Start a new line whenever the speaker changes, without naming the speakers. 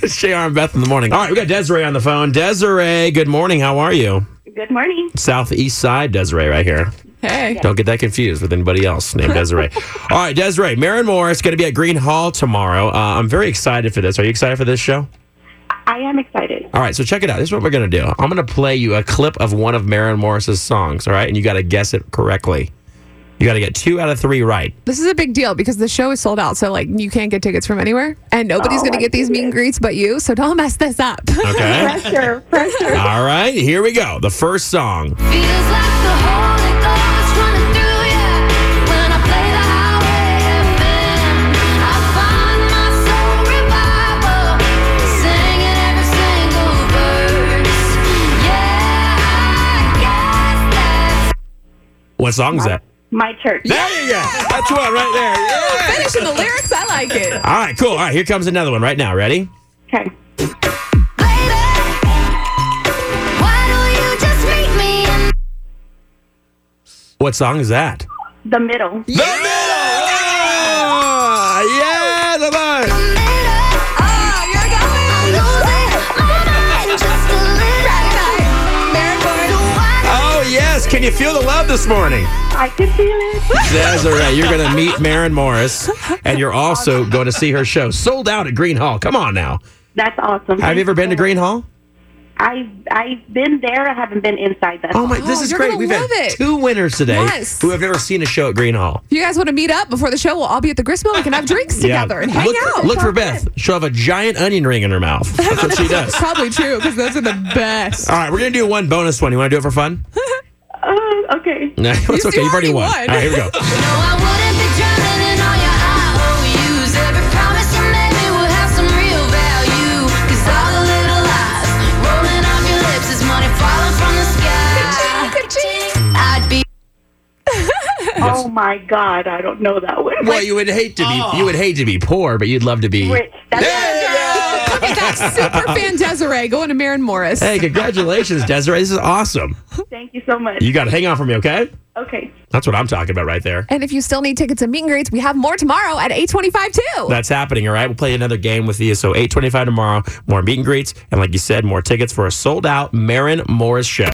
It's JR and Beth in the morning. All right, we got Desiree on the phone. Desiree, good morning. How are you?
Good morning.
Southeast Side Desiree, right here.
Hey.
Don't get that confused with anybody else named Desiree. All right, Desiree, Marin Moore is going to be at Green Hall tomorrow. Uh, I'm very excited for this. Are you excited for this show?
I am excited.
All right, so check it out. This is what we're going to do. I'm going to play you a clip of one of Marin Morris's songs, all right? And you got to guess it correctly. You got to get two out of three right.
This is a big deal because the show is sold out. So, like, you can't get tickets from anywhere. And nobody's
Oh,
going to
my
get these meet and greets but you. So, don't mess this up.
Okay?
Pressure, pressure.
all right, here we go. The first song.
Feels like the Holy Ghost running through ya. When I play the highway FM, I find my soul revival, singing every single verse. Yeah, I guess that's
What song is that?
My church.
There you go. That's one right there. Yeah.
Finishing the lyrics. I like it.
All right, cool. All right, here comes another one right now. Ready?
Okay.
later. Why don't you just meet me in
What song is that?
The middle.
The middle. Yeah, the middle.
the middle? Oh, you're going losing my mind just a little. So why
Oh yes, can you feel the love this morning?
I could feel it.
Desiree, you're going to meet Marin Morris, and you're also going to see her show sold out at Green Hall. Come on now.
That's awesome.
Have you ever been to Green Hall?
I I've been there. I haven't been inside. That's
Oh my, this
Oh,
is
you're
great.
gonna
We've had
love it.
two winners today
Yes.
who have never seen a show at Green Hall.
If you guys want to meet up before the show, we'll all be at the Gristmill. We can have drinks together and hang
look,
out.
Look for Beth. She'll have a giant onion ring in her mouth. That's what she does.
Probably true because those are the best.
All right, we're gonna do one bonus one. You want to do it for fun?
Oh, okay.
No, it's
You
okay. You've already
already
won.
won.
All right, here we go.
No, Oh, I wouldn't be drowning in all your IOUs. Every promise you made me will have some real value. Cause all the little lies rolling off your lips is money falling from the sky. I'd be
Oh my God. I don't know that one.
Well, you would hate to be
oh.
you would hate to be poor, but you'd love to be.
Rich. That's
There you go.
That's super fan Desiree going to Marin Morris.
Hey, congratulations, Desiree. This is awesome.
Thank you so much.
You got to hang on for me, okay?
okay.
That's what I'm talking about right there.
And if you still need tickets and meet and greets, we have more tomorrow at 825 too.
That's happening, all right? We'll play another game with you. So 825 tomorrow, more meet and greets, and like you said, more tickets for a sold out Marin Morris show.